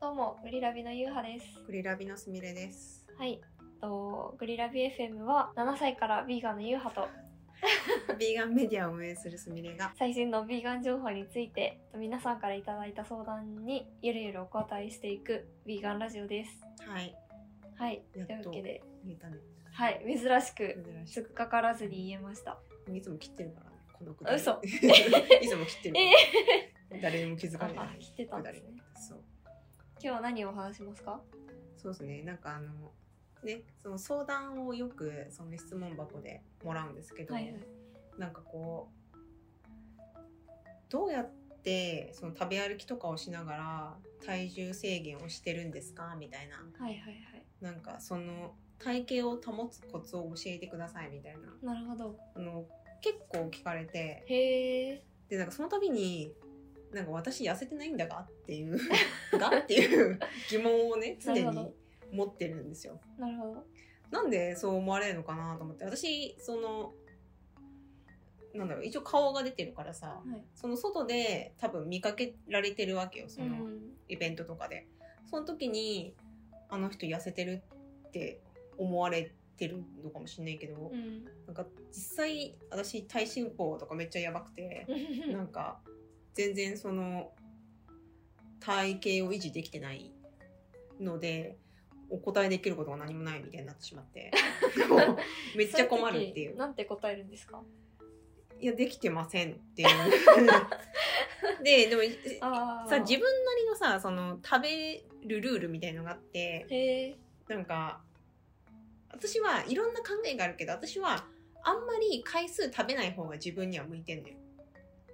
どうも、グリラビのゆうはです。クリラビのすみれです。はい。とグリラビ FM は7歳からビーガンのゆうはとビーガンメディアを運営するすみれが、最新のビーガン情報について皆さんからいただいた相談にゆるゆるお答えしていくビーガンラジオです。はい、はい。といやっとうわけで、言えたね。はい。珍しく、珍しすぐかからずに言えました。い。いつも切ってるからね、このくだり。嘘 いつも切ってるから。誰にも気づかあれ、あない。来てたんですね。そう、今日は何をお話しますかそうですね。なんかあの、ね、その相談をよくその質問箱でもらうんですけど、はいはい。なんかこうどうやってその食べ歩きとかをしながら体重制限をしてるんですかみたいなはいはいはい。なんかその体型を保つコツを教えてくださいみたいななるほど。あの結構聞かれてへー。でなんかその度になんか私痩せてないんだがっていう がっていう疑問をね常なるほにど持ってるんですよ。なるほど。なんでそう思われるのかなと思って私そのなんだろう一応顔が出てるからさはい。その外で多分見かけられてるわけよそうのん。イベントとかで、その時にあの人痩せてるって思われてるのかもしんないけど、 うん。なんか実際私体脂肪とかめっちゃやばくて、なんか全然その体型を維持できてないのでお答えできることが何もないみたいになってしまって もうめっちゃ困るっていうその時なんて答えるんですかいやできてません っていうででもあーさ自分なりのさその食べるルールみたいのがあってへえなんか私はいろんな考えがあるけど私はあんまり回数食べない方が自分には向いてんのよ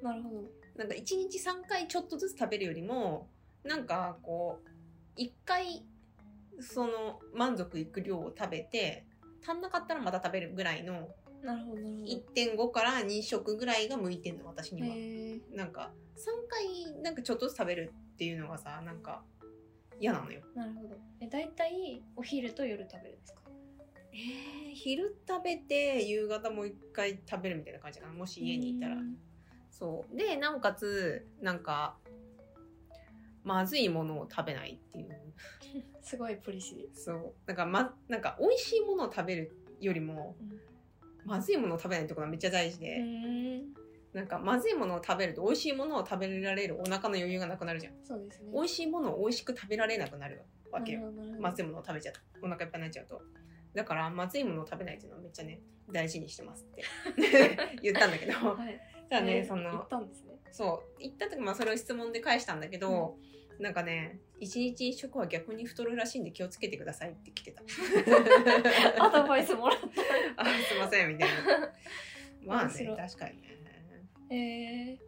なるほどなんか1日3回ちょっとずつ食べるよりもなんかこう1回その満足いく量を食べて足んなかったらまた食べるぐらいのなるほどなるほど1.5から2食ぐらいが向いてんの私には。へえなんか3回なんかちょっとずつ食べるっていうのがさなんか嫌なのよ。なるほどえ大体お昼と夜食べるんですかえー、昼食べて夕方もう1回食べるみたいな感じかなもし家にいたらう。んそうでなおかつなんかまずいものを食べないっていうすごいポリシそうなんかまなんか美味しいものを食べるよりも、うんまずいものを食べないってことがめっちゃ大事ーうで、んなんかまずいものを食べると美味しいものを食べられるお腹の余裕がなくなるじゃん、そうですね美味しいものを美味しく食べられなくなるわけよ、なるほどなるほどまずいものを食べちゃうお腹いっぱいになっちゃうとだからまずいものを食べないっていうのはめっちゃね大事にしてますって 言ったんだけどたはいだね、えーそ行のったんですねそう言った時まあそれを質問で返したんだけど、なんかね一日一食は逆に太るらしいんで気をつけてくださいって来てた アドバイスもらっ あすいませんみたいなまあ面白ねい確かにね たへえ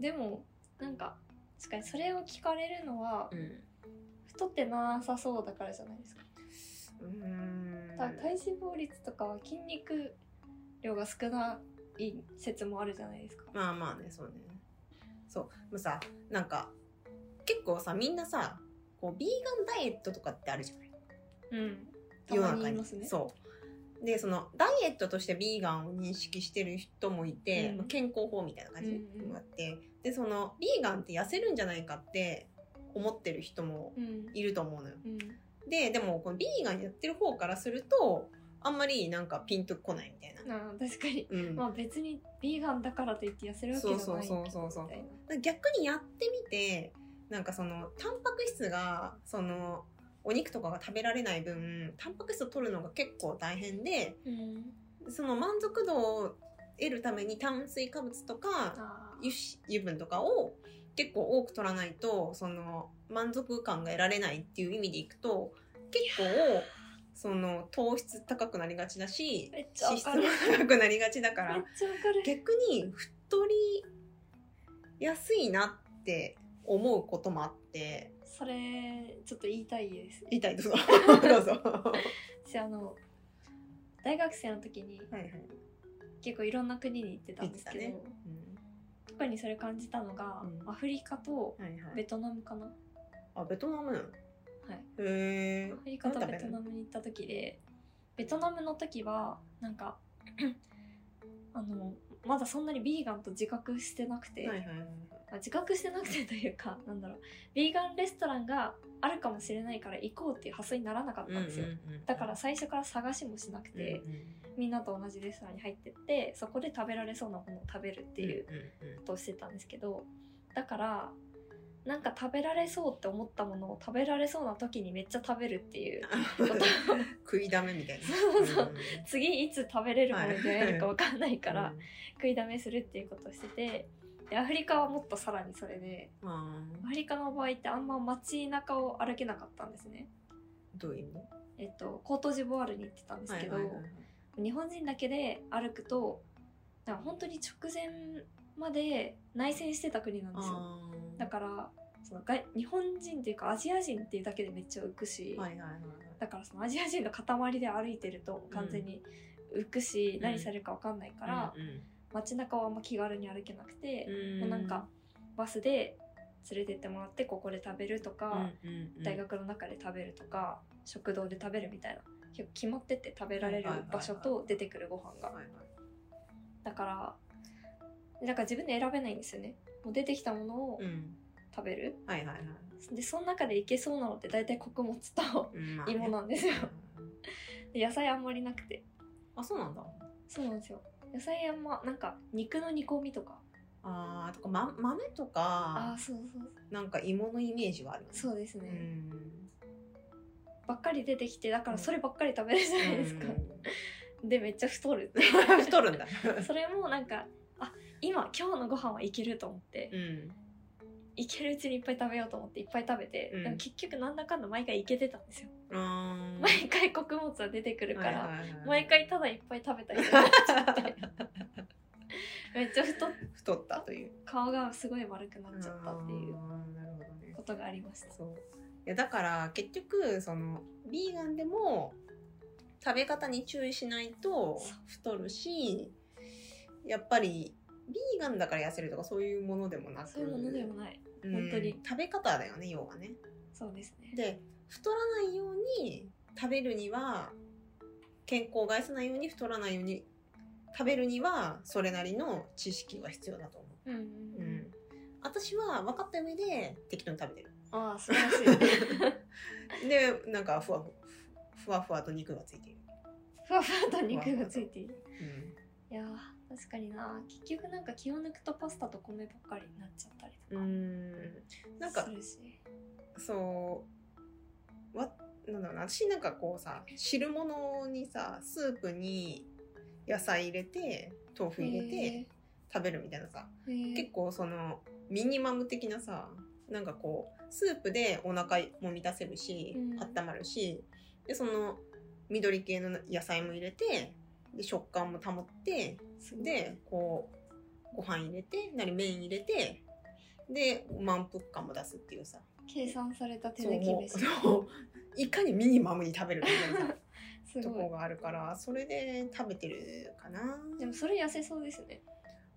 でもなんか確かにそれを聞かれるのはうん太ってなさそうだからじゃないですかうーんた体脂肪率とかは筋肉量が少ない説もあるじゃないですか。まあまあねそうねそうもうさなんか結構さみんなさこうビーガンダイエットとかってあるじゃないうん。た世のま中にに言いますね。そうでそのダイエットとしてビーガンを認識してる人もいて、うんまあ健康法みたいな感じねうんうんがあってでそのビーガンって痩せるんじゃないかって思ってる人もうん。いると思うのようん。ででもこのビーガンやってる方からするとあんまりなんかピンとこないみたいな、あー確かに。うんまあ別にビーガンだからといって痩せるわけじゃないそうそうそうそうみたいな逆にやってみてなんかそのタンパク質がそのお肉とかが食べられない分タンパク質を取るのが結構大変でうん。その満足度を得るために炭水化物とかああ。油脂油分とかを結構多く取らないとその満足感が得られないっていう意味でいくと結構その糖質高くなりがちだしめっちゃ脂わ質かもる。めっ高くなりがちだからちゃわかる。逆に太りやすいなって思うこともあってそれちょっと言いたいです。言いたいどうぞ どうぞは私あの大学生の時にいはい、結構いろんな国に行ってたんですけど、行ってうん特にそれ感じたのが、うんアフリカとはいはベい、トナムかな。あベトナムなのはい。へえアフリカとベトナムに行った時でベトナムの時はなんかあのまだそんなにビーガンと自覚してなくて、はいはいはいはい自覚してなくてというかなんだろうビーガンレストランがあるかもしれないから行こうっていう発想にならなかったんですよ、だから最初から探しもしなくて、みんなと同じレストランに入ってってそこで食べられそうなものを食べるっていうことをしてたんですけどだからなんか食べられそうって思ったものを食べられそうな時にめっちゃ食べるっていうことを食いだめみたいなそうそううん次いつ食べれるものに出会えるか分かんないから、うん食いだめするっていうことをしててでアフリカはもっとさらにそれであアフリカの場合ってあんま街中を歩けなかったんですね。ーどういう意味えっと、コートジボワールに行ってたんですけど、はいはいはいはい日本人だけで歩くとなんか本当に直前まで内戦してた国なんですよあーだからその外日本人っていうかアジア人っていうだけでめっちゃ浮くし、はいはいはいはいだからそのアジア人の塊で歩いてると完全に浮くし、ん何されるか分かんないから、うんうん街中はあんま気軽に歩けなくて、うもうなんかバスで連れてってもらってここで食べるとか、うんうんうん大学の中で食べるとか食堂で食べるみたいな結構決まってて食べられるはいはいはいはい場所と出てくるご飯がはいはいだからだから自分で選べないんですよねもう出てきたものをうん食べる、はいはいはいでその中でいけそうなのって大体穀物とうんまあね芋なんですようんで野菜あんまりなくてあそうなんだそうなんですよ野菜あんまなんか肉の煮込みとかあーとか、ま、豆とあかあそうそうなんか芋のイメージはあるよねそうですうね、んばっかり出てきてだからそればっかり食べるじゃないですか、でめっちゃ太るうん 太る んだそれもなんかあ今今日のご飯はいけると思ってうんいけるうちにいっぱい食べようと思っていっぱい食べて、うんでも結局なんだかんだ毎回いけてたんですよ、うん毎回穀物は出てくるから、はいはいはい毎回ただいっぱい食べたりとかしちゃ ってめっちゃ太っ太ったという顔がすごい丸くなっちゃったっていうあーなるほどねことがありましたそういやだから結局そのビーガンでも食べ方に注意しないとそう太るしやっぱりビーガンだから痩せるとかそういうものでもなくそういうものでもないうん本当に食べ方だよね要はねそうですねで太らないように食べるには健康を害さないように太らないように食べるにはそれなりの知識が必要だと思うんうんう、う、うんん、私は分かった上で適当に食べてるああ素晴らし いでなんかふわふふわふわと肉がついている、ふわふわと肉がついているうんいやー確かにな結局なんか気を抜くとパスタと米ばっかりになっちゃったりとか、なんかするしそうわなんだろうな私なんかこうさ汁物にさスープに野菜入れて豆腐入れて食べるみたいなさへー結構そのミニマム的なさなんかこうスープでお腹も満たせるし、うん温まるしでその緑系の野菜も入れてで食感も保ってすごいでこうご飯入れてなり麺入れてで満腹感も出すっていうさ計算された手そう抜きもう飯そう いかにミニマムに食べるかみたいなさすとごこいがある からそれで食べてるかなでもそれ痩せそうですね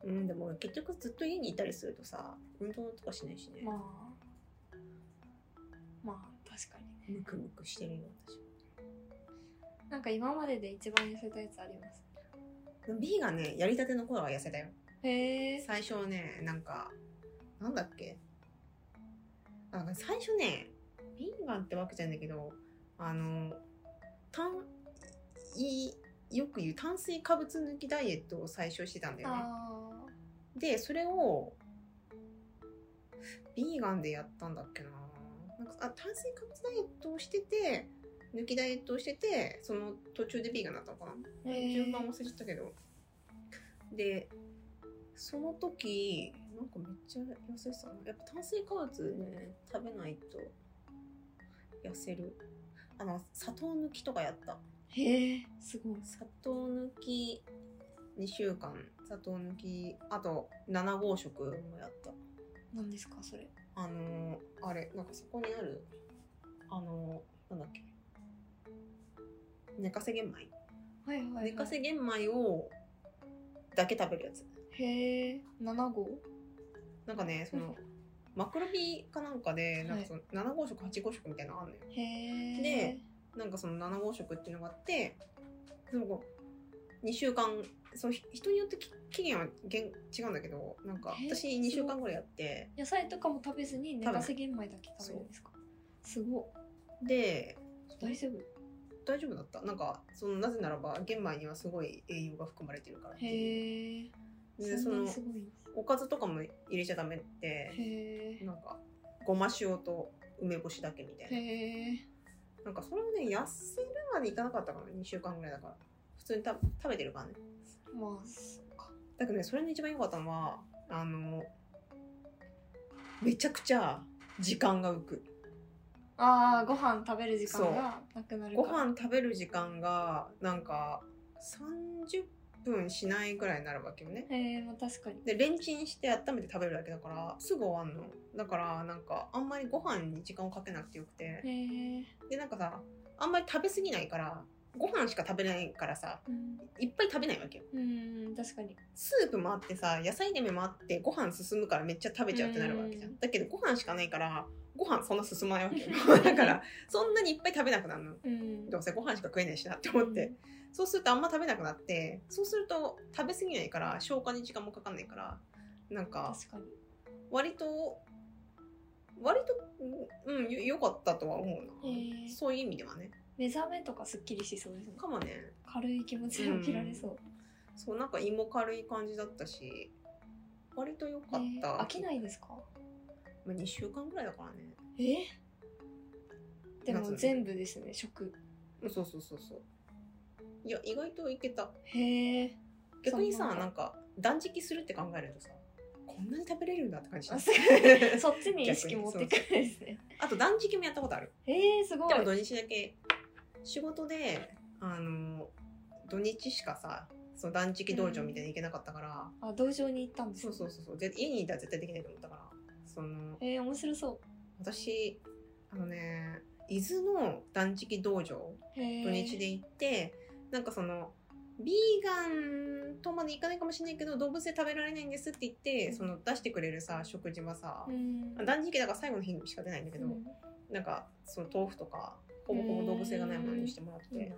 うん、でも結局ずっと家にいたりするとさ運動とかしないしね、まあまあ確かにねムクムクしてるよなんか今までで一番痩せたやつあります私 B がねやりたての頃は痩せたよへえ最初ねなんかなんだっけあ最初ねヴィーガンってわけじゃないんだけどあの炭いよく言う炭水化物抜きダイエットを最初してたんだよねあでそれをヴィーガンでやったんだっけななんかあ炭水化物ダイエットをしてて抜きダイエットをしててその途中でヴィーガンだったのかなーへー順番忘れちゃったけどでその時なんかめっちゃ痩せてたなやっぱ炭水化物ね食べないと痩せるあの砂糖抜きとかやったへえすごい砂糖抜き2週間砂糖抜きあと7号食もやった何ですかそれあのーあれなんかそこにあるあのーなんだっけ寝かせ玄米はいはい、はい、寝かせ玄米をだけ食べるやつへえ7号なんかねそのマクロビかなんかでなんかその7号食8号食みたいなのあんのよへえでなんかその7号食っていうのがあってその2週間そうひ人によってき期限はげん違うんだけどなんかえー私2週間ぐらいやって野菜とかも食べずに寝かせ玄米だけ食べるんですかすごいで大丈夫大丈夫だったなんかそのなぜならば玄米にはすごい栄養が含まれてるからっていうへえでそそんなのにすごいんですおかずとかも入れちゃダメってへえなんかごま塩と梅干しだけみたいなへえなんかそれはね、痩せるまでいかなかったかな、2週間ぐらいだから。普通にた食べてるからね。まあそうかだけどね、それの一番良かったのは、あの、めちゃくちゃ時間が浮く。ああご飯食べる時間がなくなるごから飯食べる時間が、なんか、30分しないぐらいになるわけよね。へえまあ確かにで、レンチンして温めて食べるだけだから、すぐ終わんの。だから、なんか、あんまりご飯に時間をかけなくてよくて。へえで、なんかさ、あんまり食べ過ぎないから、ご飯しか食べれないからさ、うんいっぱい食べないわけよ。うん確かにスープもあってさ野菜でもあってご飯進むからめっちゃ食べちゃうってなるわけじゃうんんだけどご飯しかないからご飯そんな進まないわけよ だからそんなにいっぱい食べなくなるのうんどうせご飯しか食えないしなって思って、そうするとあんま食べなくなってそうすると食べ過ぎないから消化に時間もかかんないからなんか確かに割と割とうんうんよ良かったとは思うな、へえそういう意味ではね目覚めとかすっきりしそうですねかもね軽い気持ちで起きられそうそうなんか胃も軽い感じだったし割と良かっへえた、飽きないですかまあ、2週間ぐらいだからねえで夏もね全部ですね食うんそうそうそうそういや意外といけたへ え逆にさそうなんだなんか断食するって考えるとさこんなに食べれるんだって感じだあねすごいそっちに意識持ってくるんですね あと断食もやったことあるえー、すごいでも土日だけ仕事であの土日しかさその断食道場みたいに行けなかったから、あ道場に行ったんですそうねそうそうそうで家にいたら絶対できないと思ったからそのえー、面白そ私あのね伊豆の断食道場うへえ土日で行って、なんかそのビーガンとまでいかないかもしれないけど動物で食べられないんですって言ってその出してくれるさ食事はさ、うん断食だから最後の日にしか出ないんだけど、うんなんかその豆腐とかほぼほぼ動物性がないものにしてもらって、いいな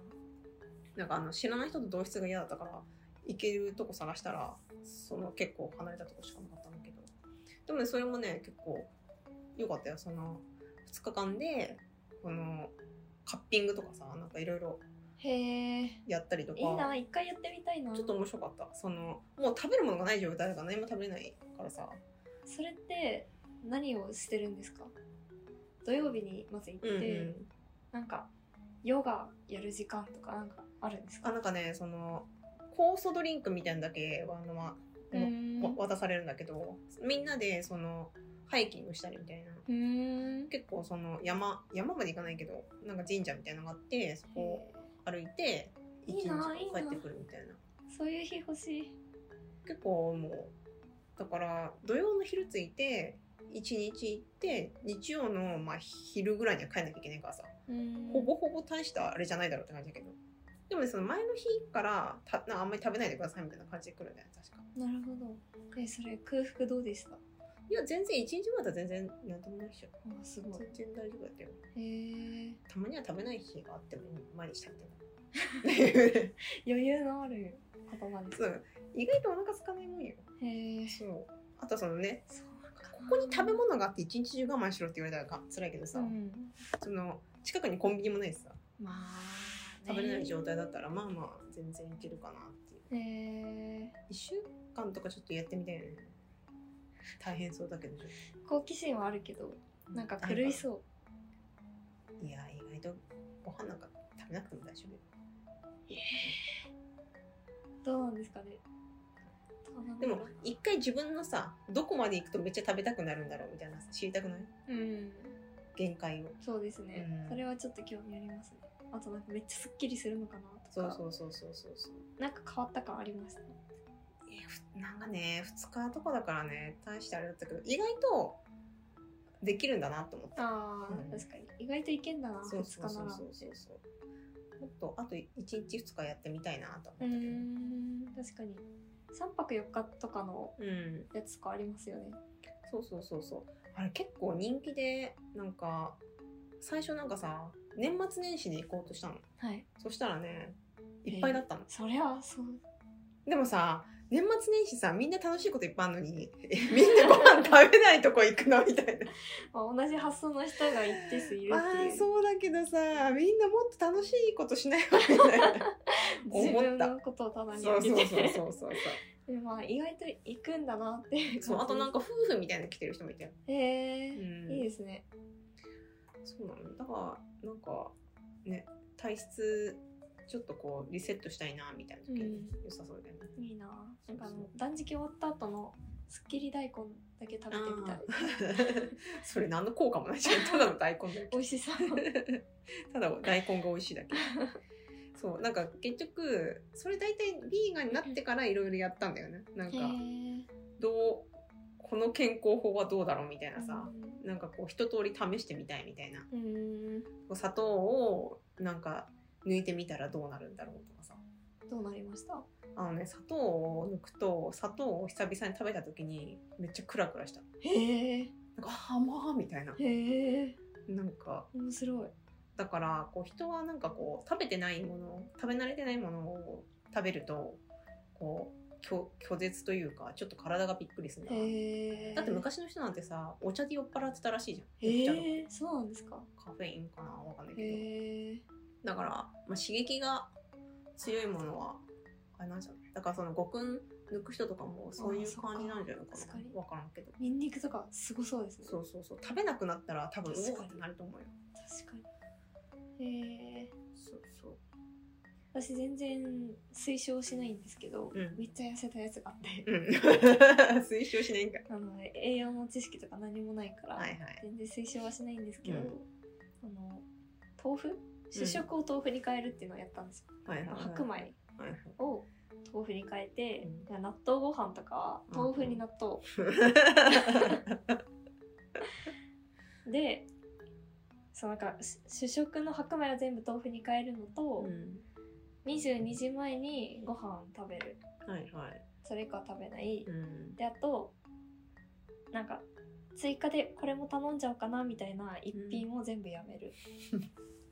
なんかあの知らない人と同室が嫌だったから行けるとこ探したらその結構離れたとこしかなかったんだけどでもねそれもね結構良かったよその2日間でこのカッピングとかさなんかいろいろへえやったりとかいいな一回やってみたいなちょっと面白かったそのもう食べるものがない状態だから何も食べれないからさそれって何をしてるんですか土曜日にまず行って、うんうんなんかヨガやる時間とかなんかあるんですあかなんかねその酵素ドリンクみたいなのだけはあの、まうーんわ渡されるんだけどみんなでそのハイキングしたりみたいなうーん結構その山山まで行かないけどなんか神社みたいなのがあってそこをへ歩いてい一い日な帰ってくるみたいなーそういう日欲しい結構もうだから土曜の昼ついて一日行って日曜のまあ昼ぐらいには帰んなきゃいけないからさうーんほぼほぼ大したあれじゃないだろうって感じだけど。でもね、その前の日からたなんかあんまり食べないでくださいみたいな感じで来るんだよね、確か。なるほどえそれ空腹どうでしたあいや、全然、一日まだ全然なんともないっしょ。すごい全然大丈夫だったよ。へえたまには食べない日があっても毎日食べて ない。余裕のある言葉ですそう。意外とお腹空かないもんよ。へえそう。あとそのね、そうかここに食べ物があって一日中我慢しろって言われたらか辛いけどさ、うん、その、近くにコンビニもないしさ、まあ食べれない状態だっったら、まあまあ、全然いけるかなっていう。たへえ一週間とかちょっとやってみたいよね大変そうだけどちょっ好奇心はあるけどとなんか狂いそういや意外とご飯なんか食べなくても大丈夫よどうなんですかね。どうなんだでろうも一回自分のさどこまで行くとめっちゃ食べたくなるんだろうみたいな知りたくないうん、限界をそうですね、うんそれはちょっと興味ありますね。あとなんかめっちゃすっきりするのかなとそか、うそうそうそうそうそうなんか変わった感ありました、ね。いやふなんかね2日とかだからね大してあれだったけど意外とできるんだなと思ったああ、うん確かに意外といけんだなそ二う日そうなそうらっそうて。そうもっとあと1日2日やってみたいなとう思ったけん、ど確かに三泊四日とかのうんやつとかありますよね。そうそうそうそう。あれ結構人気で、なんか、最初なんかさ、年末年始に行こうとしたの。はい。そしたらね、いっぱいだったの。そりゃそうでもさ、年末年始さ、みんな楽しいこといっぱいあるのに、 えみんなご飯食べないとこ行くのみたいな。まあ、同じ発想の人が一定数いるまっていあうそうだけどさ、みんなもっと楽しいことしないわ けないな。自思分ったのことをただにそう置そいうてそうそうそう。でまあ意外と行くんだなっていう感じそう、あとなんか夫婦みたいなの来てる人もいたよ。 へうえんいいですねそうなの。だから、なんか、ね、体質、ちょっとこう、リセットしたいな、みたいな時にう良さそうだよね。いいななんかあそうのそ断食終わった後のすっきり大根だけ食べてみたいあー それ何の効果もないじゃん。ただの大根だよ。 美味しそうただ大根が美味しいだけ。そう、なんか結局、それ大体ビーガンになってからいろいろやったんだよね。なんへか、えどう、この健康法はどうだろうみたいなさ。うなんかこう一通り試してみたいみたいな。んうんこう砂糖をなんか抜いてみたらどうなるんだろうとかさ。どうなりましたあのね、砂糖を抜くと、砂糖を久々に食べた時にめっちゃクラクラした。へえなんか、あーまあみたいな。へえなんか、面白いだからこう人はなんかこう食べてないもの食べ慣れてないものを食べるとこう拒拒絶というかちょっと体がびっくりするんだなへえだって昔の人なんてさお茶で酔っ払ってたらしいじゃへん、お茶のえそうなんですかカフェインかなわかんないけど、へえだから、まあ、刺激が強いものはあれなんじゃないだからその極訓抜く人とかもそういう感じなんじゃないかあそっかなわからんけどニンニクとかすごそうですねそうそうそう食べなくなったら多分う確かにおーってなると思 うよ確かにへえそうそう私全然推奨しないんですけど、うんめっちゃ痩せたやつがあって、うん推奨しないんか あの栄養の知識とか何もないから、はいはい全然推奨はしないんですけど、うんあの豆腐主食を豆腐に変えるっていうのをやったんですよ、はいはいはい白米はいはいを豆腐に変えて、納豆ご飯とかは豆腐に納豆、でそのなんかし主食の白米を全部豆腐に変えるのと、 うん22時前にご飯食べるはいはい。それ以降は食べない、うん。であとなんか追加でこれも頼んじゃおうかなみたいな一品を全部やめる、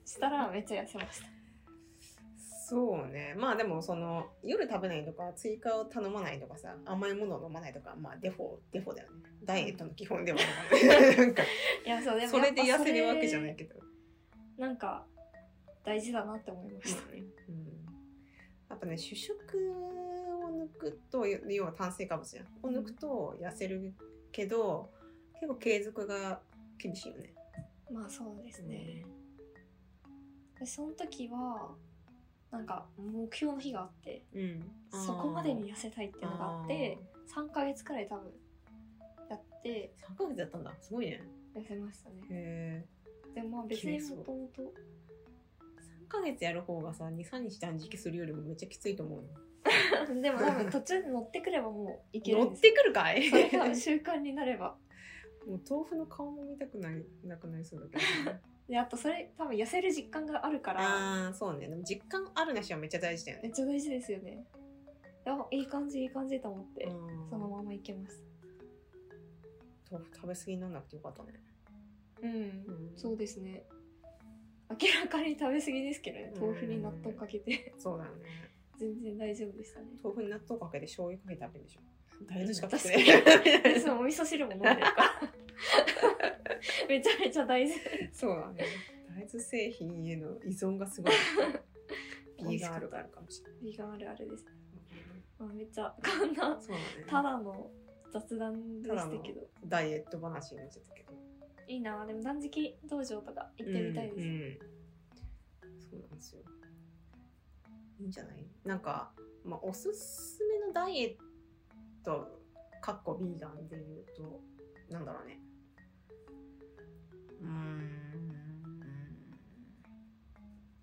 したらめっちゃ痩せま したそうね。まあでもその夜食べないとか追加を頼まないとかさ甘いものを飲まないとかまあデフォデフォだよね。ダイエットの基本ではある からねなんかいやそうでもそれでやっ痩ぱせるわけじゃないそけど。れなんか大事だなって思いました、うんやっぱね主食を抜くと要は炭水化物じゃん。を抜くと痩せるけど結構継続が厳しいよね。まあそうですね、でその時はなんか目標の日があってうん。そこまでに痩せたいっていうのがあって3ヶ月くらい多分やってあー。3ヶ月だったんだ。すごいね。痩せましたねへえ。でもまあ別に決めもともと3ヶ月やる方がさ23日断食するよりもめっちゃきついと思うの でも多分途中で乗ってくればもういけるん乗でっすよてくるかいそれが習慣になれば もう豆腐の顔も見たくないなくなりそうだけどであとそれ多分痩せる実感があるからああそうねでも実感あるなしはめっちゃ大事だよめっねちゃ大事ですよねあいい感じいい感じと思ってうんそのままいけました豆腐食べ過ぎにならなくてよかったね、うんうんそうですね明らかに食べ過ぎですけどね豆腐に納豆かけてそうだよね全然大丈夫でしたね豆腐に納豆かけて醤油かけて食べるでしょ大事しか確食かべにてい つもお味噌汁も飲んでるからめちゃめちゃ大事そうだね大豆製品への依存がす ごいビーガンあるあるかもしれないビーガンあるあるです、まあ、めっちゃこんなそうだたねだの雑談でしたけどダイエット話になっちゃったけどいいなでも断食道場とか行ってみたいです、うんうんそうなんですよいいんじゃないなんか、まあ、おすすめのダイエットかっこビーガンで言うとなんだろうねうーん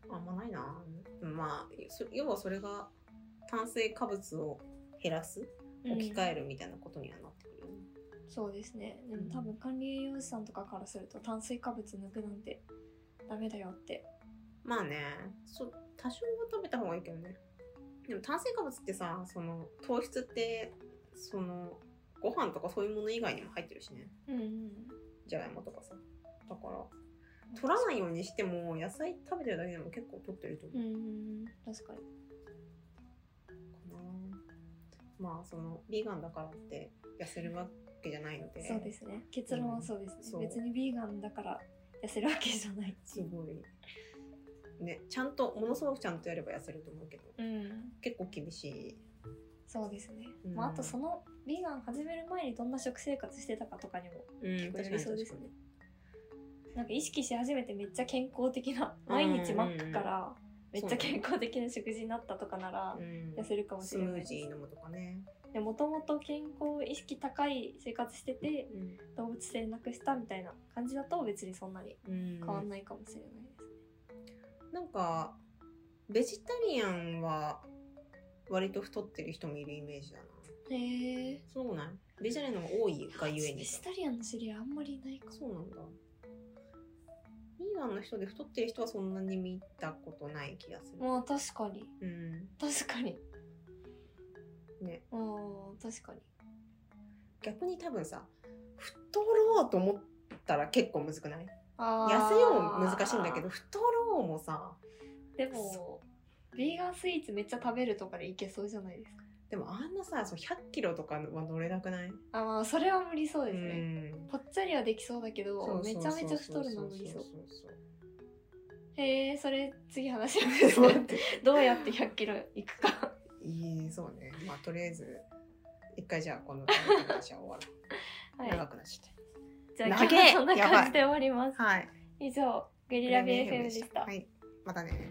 あんまないなまあそ要はそれが炭水化物を減らすうん置き換えるみたいなことにはなってくるよね、そうですねでも多分管理栄養士さんとかからすると炭水化物抜くなんてダメだよってまあねそう多少は食べた方がいいけどねでも炭水化物ってさその糖質ってそのご飯とかそういうもの以外にも入ってるしねうんうんじゃがいもとかさだから取らないようにしても野菜食べてるだけでも結構取ってるとう思んうん確かにうかな、まあそのビーガンだからって痩せるわけじゃないのでそうですね結論はそうですね、そう別にビーガンだから痩せるわけじゃないすごいねちゃんとものすごくちゃんとやれば痩せると思うけどうん結構厳しいそうですね、うんまあ、あとそのビーガン始める前にどんな食生活してたかとかにもうん結構やりそうですね、なんか意識し始めてめっちゃ健康的なうん毎日マックからめっちそゃうだね健康的な食事になったとかならうん痩せるかもしスれムなーいジー飲むとかね、でもともと健康意識高い生活してて動物性なくしたみたいな感じだと別にそんなにうん変わんないかもしれないです、なんかベジタリアンは割と太ってる人もいるイメージだなへえそうないベジタリアンの方が多いがゆえベにジタリアンの知り合いあんまりいないかもそうなんだビーガンの人で太ってる人はそんなに見たことない気がするまあ確かにうん確かにねあー確かに逆に多分さ太ろうと思ったら結構むずくないあー痩せようも難しいんだけど太ろうもさでもビーガンスイーツめっちゃ食べるとかでいけそうじゃないですかでもあんなさそう100キロとかは乗れなくないあまあそれは無理そうですね、んぽっちゃりはできそうだけどそうそうそうそめうちゃめちゃ太るのは無理そうそうへえそれ次話しそうますそう 待ってどうやって1 0 0キロいくかいいそうねまあとりあえず一回じゃあこの話は終わる、はい長くなっちゃっじゃあ今長え日はそんなやばい感じで終わりますたはい以上ゲリラ BFM でしたはいまたね